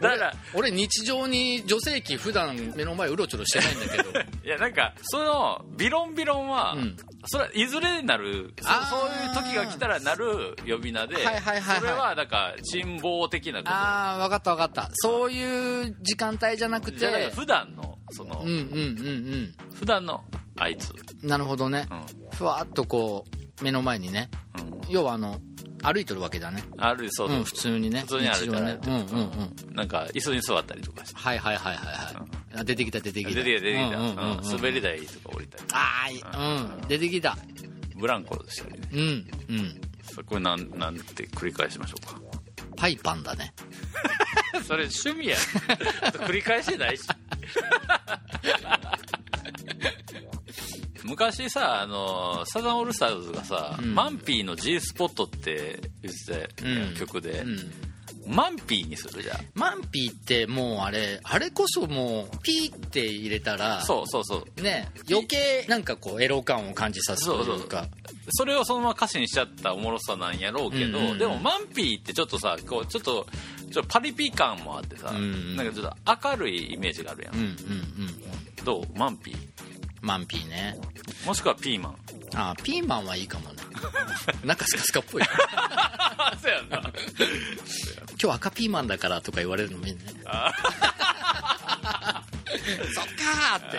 だから
俺日常に女性器普段目の前うろちょろしてないんだけど
[LAUGHS] いやなんかそのビロンビロンは、
うん
それはいずれなるそ
あー
そういう時が来たらなる呼び名で、
はいはいはいはい
それはなんか人望的なこと
ああ分かった分かったそういう時間帯じゃなく
じゃなく
て
て普段のその、
うんうんうん
普段のあいつ、
うんなるほどね
うん
ふわっとこう目の前にね
うん、
要はあの歩いとるわけだね
あるそう
う
そう、
ん普通にね
普通に歩いたらね
日常ねうんうんうん
なんか椅子に座ったりとかして
はいはいはいはいはいあ出てきた出てき
出
た
てきた出てきた、
うんうんうんうん
うん滑り台とか降りたり
あーうん出てきた
ブランコでしたりね
うんうん
そこれなんなんて繰り返しましょう
パイパンだね
かそれ趣 [LAUGHS] 味やん繰り返して
[LAUGHS]
ないし昔さあのサザンオールスターズがさ、
うん
マンピーの G スポットって言ってたやん
うん
曲で、
うん
マンピーにするじゃん
マンピーってもうあれあれこそもうピーって入れたら
そうそうそう
ね余計なんかこうエロ感を感じさせるというか
それをそのまま歌詞にしちゃったおもろさなんやろうけど、
うんうんうん
でもマンピーってちょっとさこうちょっとちょっとパリピ感もあってさ、
うんうん
なんかちょっと明るいイメージがあるやん、
うんうんうん
どうマンピー
マンピーね
もしくはピーマン
あーピーマンはいいかもね [LAUGHS] なんかスカスカっぽい
あそうやな
今日赤ピーマンだからとか言われるのもいいねそっか [LAUGHS] ーっ て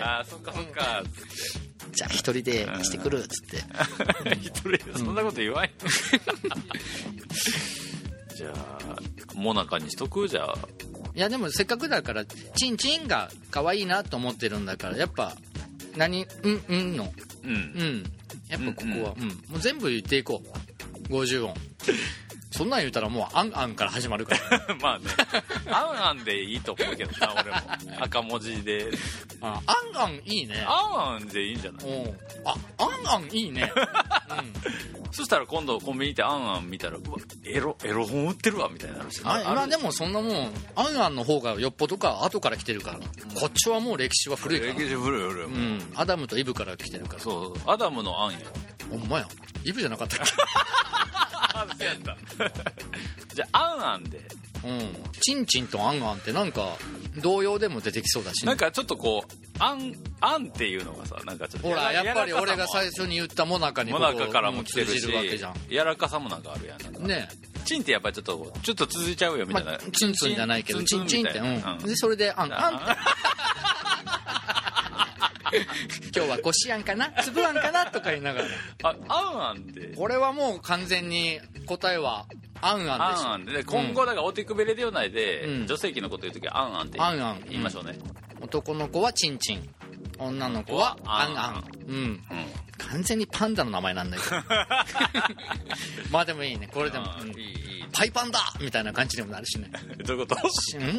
[LAUGHS] あーそっかそっか
じゃあ一人でしてくるっつって
[LAUGHS] 一人でそんなこと言わんよ [LAUGHS] じゃあモナカにしとくじゃあ
いやでもせっかくだからチンチンが可愛いなと思ってるんだからやっぱ何うんうんの
うん
うんやっぱここは、うんもう全部言っていこう50音そんなん言うたらもう「あんあん」から始まるから
[LAUGHS] [LAUGHS] まあねあんあんでいいと思うけどな俺も赤文字で
あ「あんあん」いいね
あんあんでいいんじゃない
うんああんあんいい
[LAUGHS]
ね、
そしたら今度コンビニ行ってあんあん見たらうわエロエロ本売ってるわみたいになるし
うん、あ今で
も
もそんなもん「あんあん」の方がよっぽどか後から来てるからなこっちはもう歴史は古いから
歴
な
史古い古い、
うんアダムとイブから来てるから
そうそうアダムのあんや
ほんまやイブじゃなかったっ
あそうやった [LAUGHS] じゃああんあんで
けうんチンチンとあんあんってなんか童謡でも出てきそうだしね、
なんかちょっとこうあんあんっていうのがさなんかちょっと
ほら
や
やっぱり俺が最
初
初に言ったモナカに
も
こ
な
こ
かからも来てる
通
し
じるわけじゃん
柔らかさもなんかあるやんなんか
ね
チンってやっぱりちょっとちょっと続いちゃうよみ
ま
たいな、
あ、ツンツンじゃないけど、チンチンって、
み
う。
たいなん
で、それで、あん、あん。今日はこしあんかなつぶあんかなとか言いながら。
ああんあんって
これはもう完全に答えは、あんあんでし
あんあんでで今後だからお手首レディオ内で、
うん
女性器のこと言う時はあんあんって
あんあん
言いましょうね、
ょ。男の子はチンチン。女の子は、あんあん。うん。
うん
完全にパンダの名前なんだ [LAUGHS] けど。まあでもいいね。これでも。
あ
うん
ーいいいい
パイパンだみたいな感じにもなるしね。
どういうこと
うん [LAUGHS] なん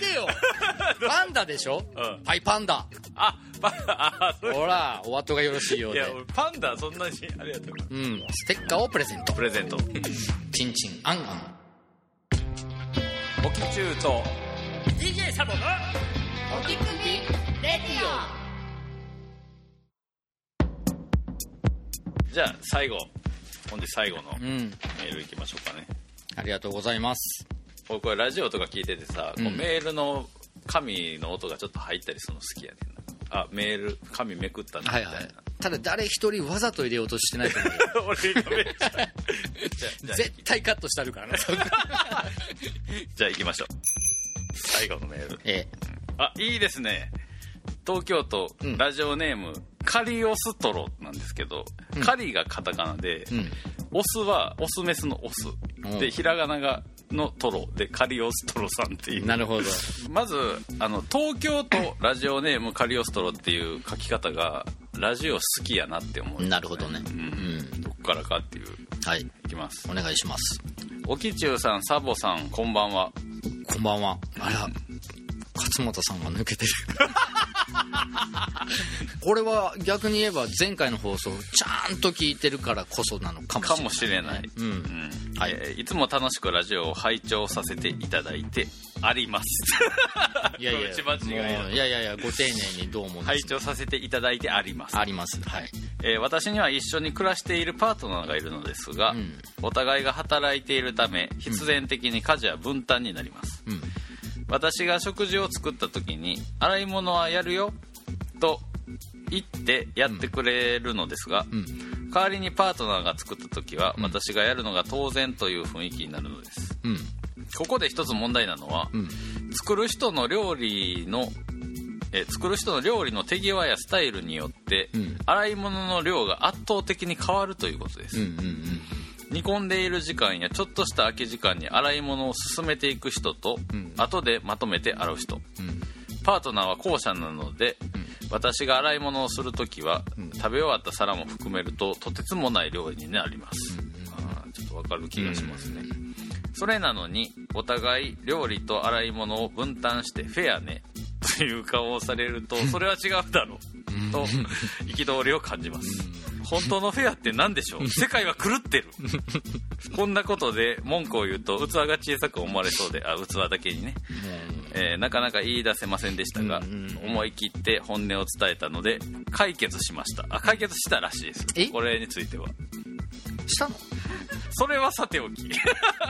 でよパンダでしょ、
うん
パイパンダ
あパンダあそう
ほらお後がよろしいよう
い
で
や俺パンダそんなにあれやったから
うんステッカーをプレゼント
プレゼント
チンチンあんあん
おきちゅうと
DJ サボのおきくびレディ
じゃあ最後本日最後の
う
メ
ん
ールいきましょうかね
ありがとうございます
僕これラジオとか聞いててさ、こう
うん
メールの紙の音がちょっと入ったりするの好きやねんなあメール紙めくったなみた
はいい
な、
はいただ誰一人わざと入れようとしてないと思う
[LAUGHS] 俺がめっ
[LAUGHS]
ちゃじゃあじゃあ
絶対カットしてあ
[LAUGHS]
るからね
じゃあ行きましょう最後のメール
え
あいいですね東京都
うん
ラジオネーム、カリオストロなんですけど、
うん
カリがカタカナで、
うん
オスはオスメスのオス
うん
でひらがながのトロでカリオストロさんっていう
なるほど
まずあの東京都ラジオネームカリオストロっていう書き方がラジオ好きやなって思う、
なるほどね
う
うんん
どっからかっていう
はい
いきます
お願いします
おきちゅうさんサボさんこんばんは
こんばんはあら勝俣さんが抜けてる [LAUGHS] これは逆に言えば前回の放送ちゃんと聞いてるからこそなのかもしれな
かもしれな
い
い、
うん
うん
はい
えーいつも楽しくラジオを拝聴させていただいてあります
[LAUGHS] いやいや
一番違いだ
もういやいやいやご丁寧にどうもで
拝
すね
聴させていただいてあります
ありますはい
えー私には一緒に暮らしているパートナーがいるのですが、
うん
お互いが働いているため必然的に家事は分担になります、
うん
私が食事を作った時に洗い物はやるよと言ってやってくれるのですが、
うん
代わりにパートナーが作った時は
ん
私がやるのが当然という雰囲気になるのです
うん
ここで一つ問題なのは、
うん
作る人の料理のえ作る人の料理の手際やスタイルによって、
うん
洗い物の量が圧倒的に変わるということで
う
す、
んうん
煮込んでいる時間やちょっとした空き時間に洗い物を進めていく人と、
うん
後でまとめて洗う人
うん
パートナーは後者なので、私が洗い物をするときは、
ん
食べ終わった皿も含めるととてつもない量になります、あーちょっとわかる気がしますね、それなのにお互い料理と洗い物を分担してフェアねという顔をされるとそれは違うだろうと憤りを感じます本当のフェアって何でしょう世界は狂ってるこんなことで文句を言うと器が小さく思われそうであ器だけにねえーなかなか言い出せませんでしたが、
うんうん
思い切って本音を伝えたので解決しましたあ解決したらしいです
え
これについては
うんしたの
それはさておき
[LAUGHS]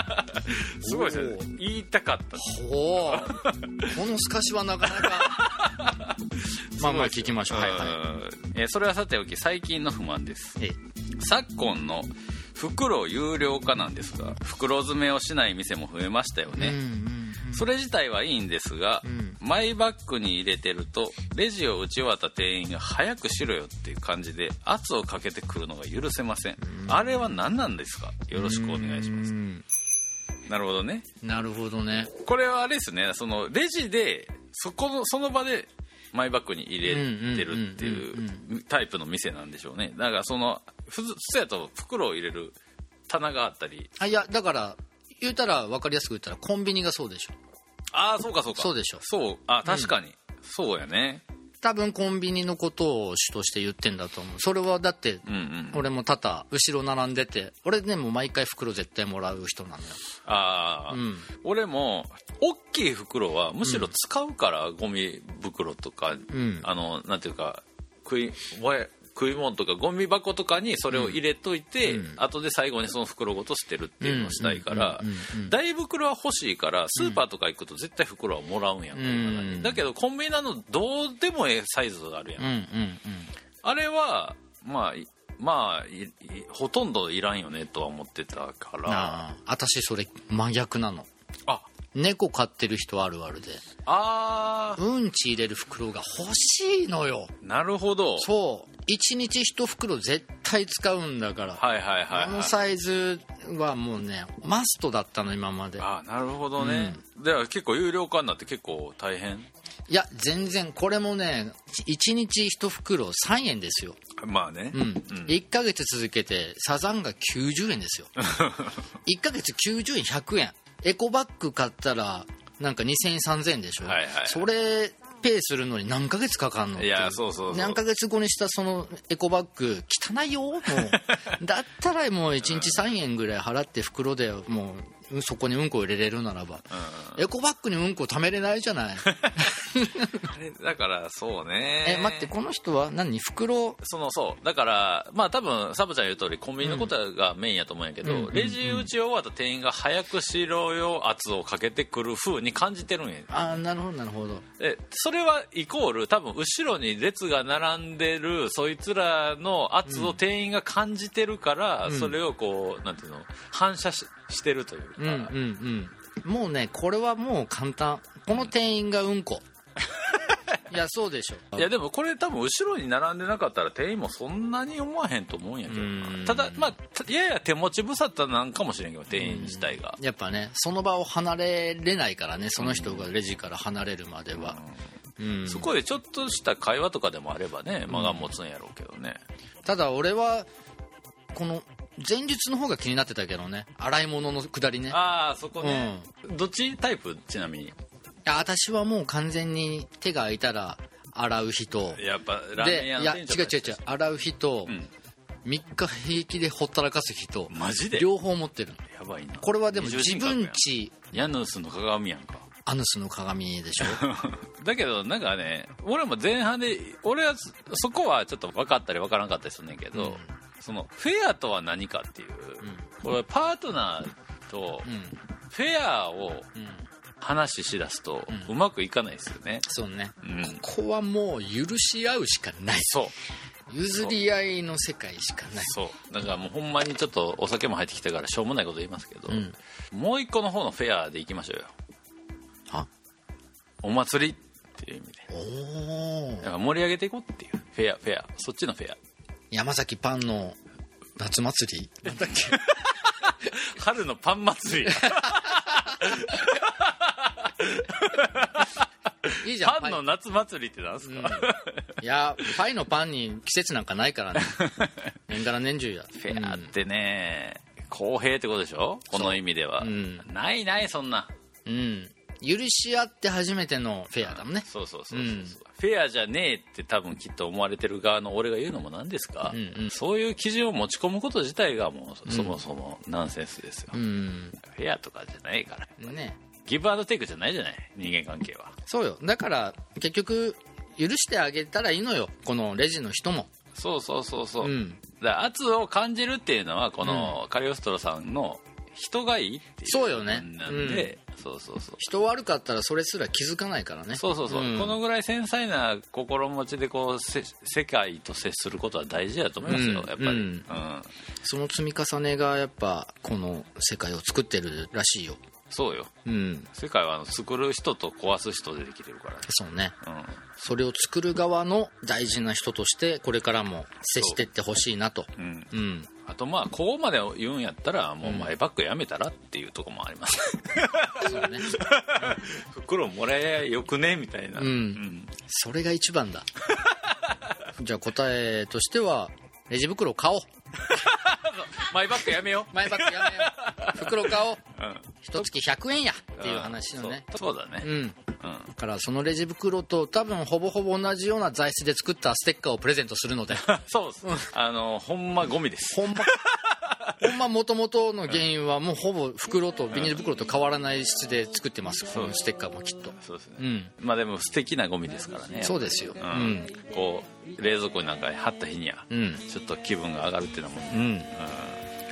すごいですよね
おー
言いたかった
ほう [LAUGHS] この透かしはなかなか [LAUGHS] まあまあ聞きましょうはいは
うんえーそれはさておき最近の不満です
いえ
昨今の袋有料化なんですが袋詰めをしない店も増えましたよ
え
ね、
うん
それ自体はいいんですが、
うん
マイバッグに入れてるとレジを打ち終わった店員が早くしろよっていう感じで圧をかけてくるのが許せません、あれは何なんですかよろしくお願いします
うん
なるほどね
なるほどね
これはあれですねそのレジでそこのその場でマイバッグに入れてるって
うんうんうん
いうタイプの店なんでしょうねだからそのふ普通やと袋を入れる棚があったり
あいやだから言うたら分かりやすく言ったらコンビニがそうでしょ
ああそうかそうか
そうでしょ
そうあ確かに、そうやね
多分コンビニのことを主として言ってんだと思うそれはだって
うんうん
俺も多々後ろ並んでて俺ねもう毎回袋絶対もらう人なのよ
ああ、
うん
俺も大きい袋はむしろ使うから、ゴミ袋とか、
ん
あのなんていうか食いもや食い物とかゴミ箱とかにそれを入れといて、
うん
後で最後にその袋ごと捨てるっていうのをしたいから
うんうんうんうんうん
大袋は欲しいからスーパーとか行くと絶対袋はもらうんやんか、
うん
だけどコンビニなのどうでもええサイズがあるやん、
うんうん
あれはまあいまあいいほとんどいらんよねとは思ってたか
うん
ら
ああ私それ真逆なの
あ
猫飼ってる人あるあるで
あー
うんち入れる袋が欲しいのよ
なるほど
そう一日一袋絶対使うんだから、
はいはいはい、
あ
はい
の、サイズはもうねマストだったの今まで
あなるほどね、では結構有料化になって結構大変
いや全然これもね1日1袋3円ですよ、
まあね、
うん1ヶ月続けてサザンが90円ですよ
[LAUGHS]
1ヶ月90円100円エコバッグ買ったらなんか2000円3000円でしょ、
はいはいはい
それペイするのに何ヶ月かかんのって
いやそうそうそう
何ヶ月後にしたそのエコバッグ汚いよ
[LAUGHS]
もうだったらもう1日3円ぐらい払って袋でもうそこにうんこ入れれるならば、エコバッグにうんこ貯めれないじ
[LAUGHS]
ゃない
あれだからそうね
え待ってこの人は何袋
そのそうだからまあ多分サブちゃん言う通りコンビニのことがメインやと思うんやけど、
うん
レジ打ち終わった店員が早くしろよ圧をかけてくる風に感じてるんや
ああなるほどなるほど
えそれはイコール多分後ろに列が並んでるそいつらの圧を店員が感じてるから、
うん
それをこうなんていうの反射ししてるというか、
うん
[LAUGHS]
うんうんもうねこれはもう簡単この店員がうんこいやそうでしょう
いやでもこれ多分後ろに並んでなかったら店員もそんなに思わへんと思うんやけど
うん
なただまあたやや手持ち無沙汰なんかもしれんけど店員自体が
やっぱねその場を離れれないからねその人がレジから離れるまでは、うん、
そこでちょっとした会話とかでもあればね間が持つんやろうけどね
ただ俺はこの前日の方が気になってたけどね洗い物のくだりね
ああそこねどっちタイプちなみに
いや私はもう完全に手が空いたら洗う人
やっぱラーメ
で
ン
い
屋
や
の
違う
店
違う違う洗う人、
ん
三3日平気でほったらかす人
マジで
両方持ってる
やばいな
これはでも
二重
自
人格やん
分ち
ヤヌスの鏡やんか
アヌスの鏡でしょ
だけどなんかね俺も前半で俺はそそこはちょっと分かったり分からなかったりするねんけど、
うん
[LAUGHS] そのフェアとは何かっていう、これパートナーと
うん
フェアを
うん
話ししだすと
う
うまくいかないですよね、
そうね、
うん
ここはもう許し合うしかない
そう
譲り合いの世界しかない
そうだからもうほんまにちょっとお酒も入ってきたからしょうもないこと言いますけど、
うん
もう一個の方のフェアでいきましょうよ
は
お祭りっていう意味で
おお
だから盛り上げていこうっていうフェアフェアそっちのフェア
山崎パンの夏祭り
春のパン
[LAUGHS]
祭り
いいじゃん
パンの夏祭りってなんですか、
いやパイのパンに季節なんかな
[LAUGHS]
いからね年がら年中や
フェアってね、公平ってことでしょこの意味では、
うん
ないないそんな
うん、うん、許し合って初めてのフェアだもんね
そうそうそうそうそう、フェアじゃねえって多分きっと思われてる側の俺が言うのもなんですか、
うんうん
そういう基準を持ち込むこと自体がもうそもそもナンセンスですよ、
うん
フェアとかじゃないから
ね
ギブアンドテイクじゃないじゃない人間関係は
そうよだから結局許してあげたらいいのよこのレジの人も
そうそうそうそう、
うん
だから圧を感じるっていうのはこのカリオストロさんの人がいいっていう
そうよね
なんで、そうそうそう
人悪かったらそれすら気づかないからね
そうそうそう、
ん
このぐらい繊細な心持ちでこうせ世界と接することは大事だと思いますよ、
うん
やっぱり、う
う
んん
その積み重ねがやっぱこの世界を作ってるらしいよ
そうよ
うん
世界はあの作る人と壊す人でできてるからね
そうね
うん
それを作る側の大事な人としてこれからも接してってほしいなと
うん、
うん
あとまあここまで言うんやったらもうマイバッグやめたらっていうとこもあります、
[LAUGHS] そうね
袋もらえよくねみたいな、
うんそれが一番
[LAUGHS]
だじゃあ答えとしてはレジ袋買おう
マイバッグやめよ
マイバッグやめよう [LAUGHS] 袋買おう
う、うん、っ
一月100円やっていう話のね
そうそうだね、
うん
うん
だからそのレジ袋と多分ほぼほぼ同じような材質で作ったステッカーをプレゼントする
[LAUGHS]
ので
そうです、あのほんまゴミです
ほんまほんま元々の原因はもうほぼ袋とビニール袋と変わらない質で作ってますこのステッカーもきっと
そうですね、
うん
まあでも素敵なゴミですからね
そうですよう
うん
ん
こう冷蔵庫になんか貼った日には、
うん
ちょっと気分が上がるっていうのも、
うん
うん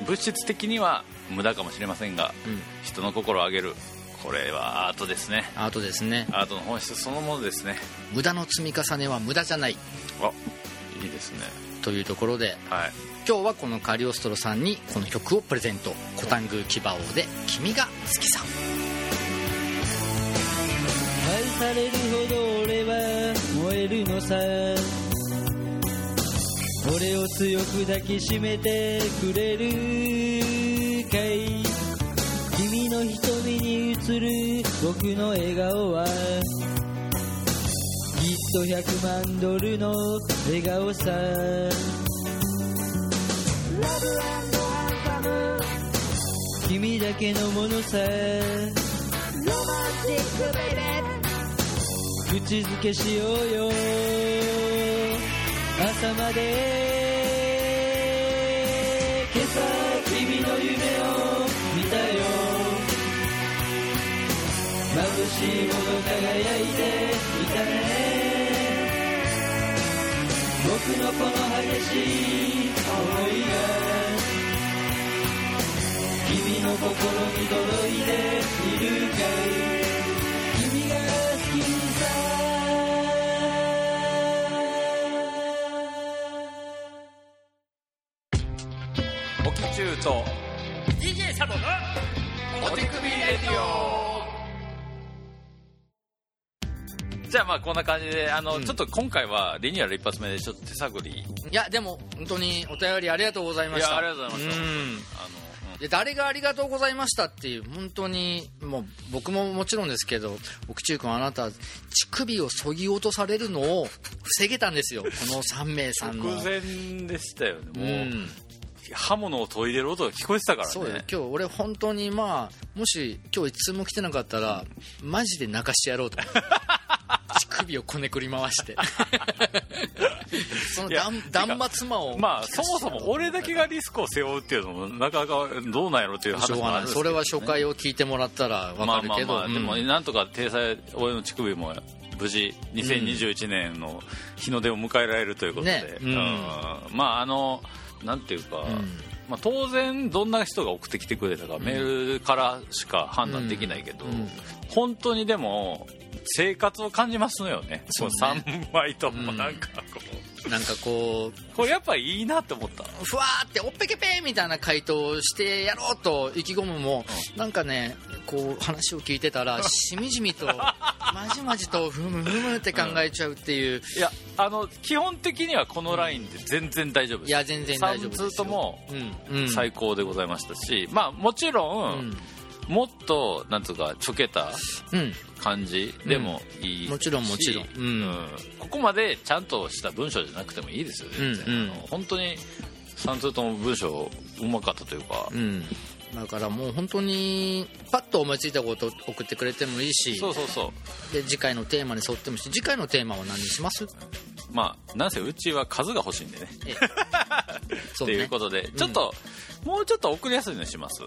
物質的には無駄かもしれませんが、
うん
人の心を上げるこれはアートですね
あとですね
アートの本質そのものですね
無駄の積み重ねは無駄じゃない
あいいですね
というところで
はい
今日はこのカリオストロさんにこの曲をプレゼント「コタングーキバオ」で「君が好きさ」
愛されるほど俺は燃えるのさ俺を強く抱きしめてくれるかい君の瞳に映る僕の笑顔はきっと100万ドルの笑顔さ君だけのものさ口づけしようよ朝まで今朝君の夢を見たよ眩しいほど輝いていたね僕のこの激しい想いが君の心に届いているかい君が好きさ
おきちゅうと
DJ サボの
お手首レディオじゃあまあこんな感じであの、
うん
ちょっと今回はリニューアル一発目でちょっと手探り
いやでも本当にお便りありがとうございました
いやありがとうございました
うん
あの、うん
で誰がありがとうございましたっていう本当にもう僕ももちろんですけど奥中君あなた乳首をそぎ落とされるのを防げたんですよこの3名さんの
偶然でしたよねもう、
うん
刃物を研いでる音が聞こえてたからね
そうよ今日俺本当にまあもし今日一通も来てなかったらマジで泣かしてや
[LAUGHS]
ろうと思って乳首をこねくり回してその
いや
断
てか
断末魔を
まあ
聞か
そ
せ
もそ
てやろうと思って
も俺だけがリスクを背負うっていうのもなかなかどうなんやろっていう
しょ
話
う
も
が
あ
な
るん
い
です
そ
け
れ
ど
は初回を聞いてもらったらわかるけ
まあま
ど、
あまあ、でも
うん
なんとか体裁俺の乳首も無事2021年の日の出を迎えられるということで、
ねうん
うんまああのなんていうか、
ん
まあ、当然どんな人が送ってきてくれたか、メールからしか判断できないけど、
うん
本当にでも生活を感じますのよね
そうね
この3枚とも
うん
なんかこう、
なんかこう
これやっぱいいなって思った
ふわーっておっぺけぺーみたいな回答をしてやろうと意気込むも、なんかねこう話を聞いて
[LAUGHS]
たらしみじみとまじまじとふむふむって考えちゃうっていう、
いやあの基本的にはこのラインで全然大丈夫です、
いや全然大丈夫ですよ
3通とも
うんうん
最高でございましたし、まあもちろん、もっとなんつうかちょけた
うん
感じでもいいし、
もちろんもちろんうん
ここまでちゃんとした文章じゃなくてもいいですよ全然、
うんうん
あの本当に3通とも文章うまかったというか、
うんだからもう本当にパッと思いついたことを送ってくれてもいいし
そうそうそう
で次回のテーマに沿ってもいいし次回のテーマは何にします
まあなんせうちは数が欲しいんでね
ええ
と
そうね
いうことでちょっと、もうちょっと送りやすいのにします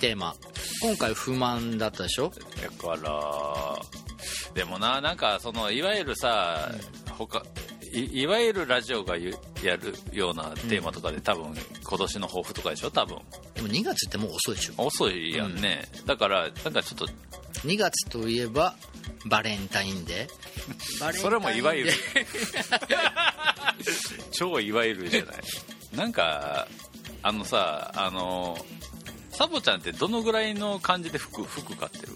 テーマ今回不満だったでしょ
だからでもななんかそのいわゆるさ、他いいわゆるラジオがゆやるようなテーマとかで、多分今年の抱負とかでしょ多分
でも2月ってもう遅いでしょ
遅いやんね、だからなんかちょっと
2月といえばバレンタインデー [LAUGHS] バレンタインデー
それもいわ [LAUGHS] ゆる超いわゆるじゃないなんかあのさあのサボちゃんってどのぐらいの感じで服服買ってる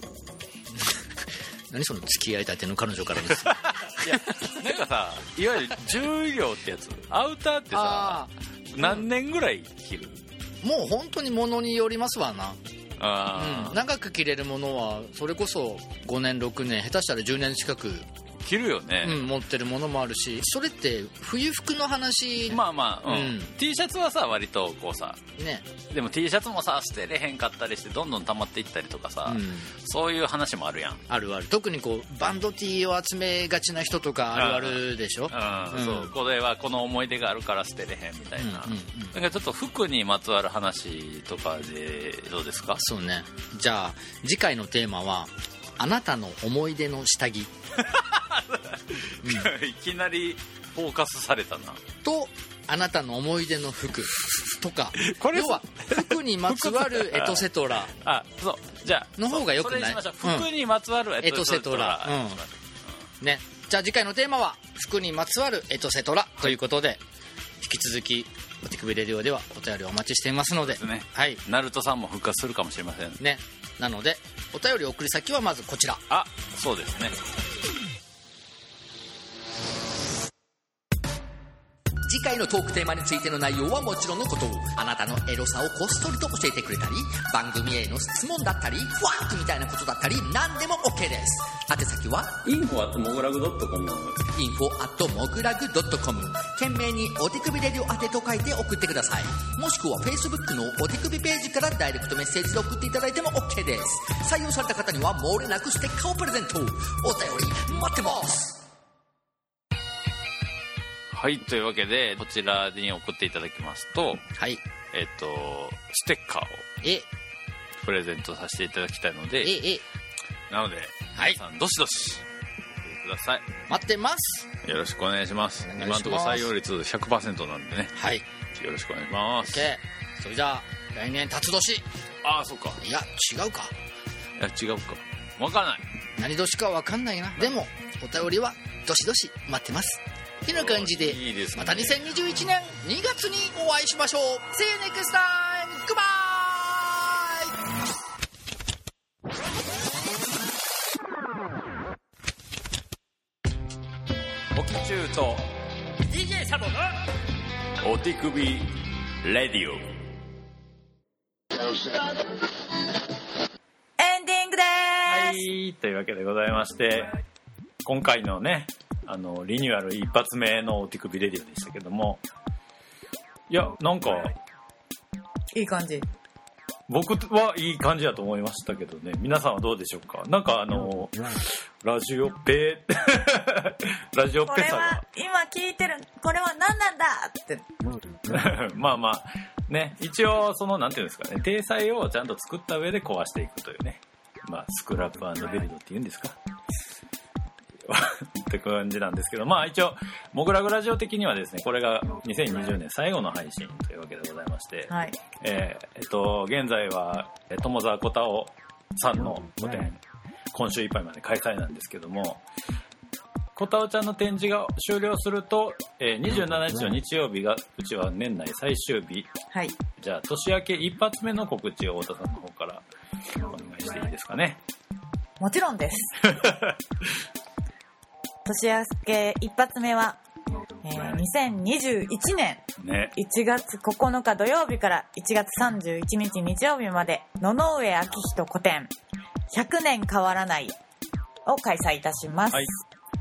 何その付き合いたての彼女からです [LAUGHS]
いや [LAUGHS] なんかさいわゆる重量ってやつアウターってさ
あ
何年ぐらい着る
もう本当にものによりますわな、
あ
う
ー
ん、長く着れるものはそれこそ5年6年下手したら10年近く、
着るよね
う、ん、持ってるものもあるしそれって冬服の話、
まあまあ、うん
うん
T シャツはさ割とこうさ
ね、
でも T シャツもさ捨てれへんかったりしてどんどん溜まっていったりとか
う
さ、
ん、
そういう話もあるやん
あるある特にこうバンド T を集めがちな人とかあるあるでしょ
うんそうこれはこの思い出があるから捨てれへんみたいな、
うんうんうん
なんかちょっと服にまつわる話とかでどうですか
そうねじゃあ次回のテーマは「あなたの思い出の下着
[LAUGHS] いきなりフォーカスされたな」
と「あなたの思い出の服」とか
[LAUGHS] これ
要は服にまつ
[LAUGHS]
わるエトセトラ
あそうじゃあ
の方が良くない
それにしましょう
うん
服にまつわるエ
エトセトラうんねじゃあ次回のテーマは「服にまつわるエトセトラ」ということで引き続き「お手首レディオ」ではお便りをお待ちしていますので
ですね
はい
ナルトさんも復活するかもしれません
ねなのでお便り送り先はまずこちら
あそうですね
次回のトークテーマについての内容はもちろんのことあなたのエロさをこっそりと教えてくれたり番組への質問だったりファンクみたいなことだったり何でも OK です宛先は
インフォアットモグラグドットコム
info at mograg.com 懸命にお手首レディオ宛てと書いて送ってくださいもしくは Facebook のお手首ページからダイレクトメッセージで送っていただいても OK です採用された方には漏れなくステッカーをプレゼントお便り待ってます
はいというわけでこちらに送っていただきますと
はい
えっとステッカーを
え
プレゼントさせていただきたいので
え
なので、
はい
皆さんどしどしくださ
待ってます
いよろしくお願いします
お願いします
今のところ採用率100%なんでね
はい
よろしくお願いします
それじゃあ来年辰年
ああそっか
いや違うか
いや違うかわからない
何年かわかんないなでもお便りはどしどし待ってますてな感じで
いいですね
また2021年2月にお会いしましょう See you next time! グバイ
チュート
DJ サボの
お手首レディオ
エンディングで
は
ーす、
い、というわけでございまして、今回のね、あの、リニューアル一発目のお手首レディオでしたけども、いや、なんか、
い、い感じ
僕はいい感じだと思いましたけどね、皆さんはどうでしょうかなんかあの、ラジオペ、 [LAUGHS] ラジオ
こ
ペ
れ
さん
は
は、
今聞いてるこれは何なんだって
[LAUGHS] まあまあ、ね、一応、その、なんていうんですかね、体裁をちゃんと作った上で壊していくというね、まあ、スクラップビルドっていうんですか。 [LAUGHS] って感じなんですけど、まあ一応、モグラグラジオ的にはですね、これが2020年最後の配信というわけでございまして、
はい
えーえっと、現在は、えー友沢小太郎さんの個展、今週いっぱいまで開催なんですけども、小太郎ちゃんの展示が終了すると、えー27日の日曜日が、うちは年内最終日、
はい
じゃあ年明け一発目の告知を太田さんの方からお願いしていいですかね。
もちろんです [LAUGHS] 年明け一発目は、えー2021年
ね。
1月9日土曜日から1月31日日曜日まで野々上昭仁古典100年変わらないを開催いたします、
はい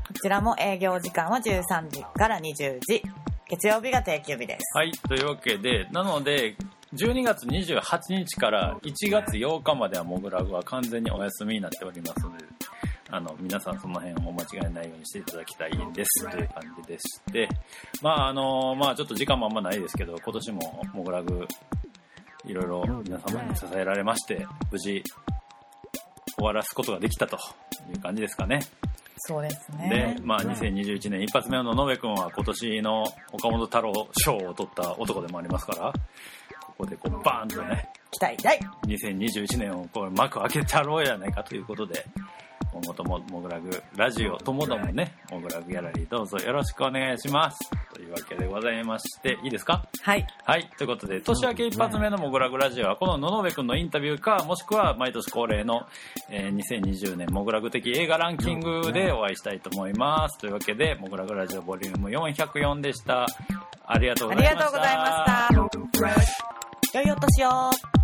こちらも営業時間は13時から20時月曜日が定休日です
はい、というわけで、なので、12月28日から1月8日まではモグラグは完全にお休みになっておりますので、あの、皆さんその辺をお間違えないようにしていただきたいんですという感じでして、まああの、まあちょっと時間もあんまないですけど、今年もモグラグ、いろいろ皆様に支えられまして、無事、終わらすことができたという感じですかね。
そうです
で
ね、
まあ、2021年一発目の野辺君は今年の岡本太郎賞を取った男でもありますから、ここでこうバーンとね、
期待大
2021年をこう幕開けちゃろうやないかということで、今後ともモグラグラジオともどもね、モグラグギャラリーどうぞよろしくお願いします。というわけでございまして、いいですか
はい
はい、ということで、年明け一発目のモグラグラジオは、この野々部くんのインタビューか、もしくは毎年恒例の、えー2020年モグラグ的映画ランキングでお会いしたいと思います。というわけで、モグラグラジオボリューム404でした。ありがとう
あ
ござ
り
いまし
が
た。
とうございました良いお年を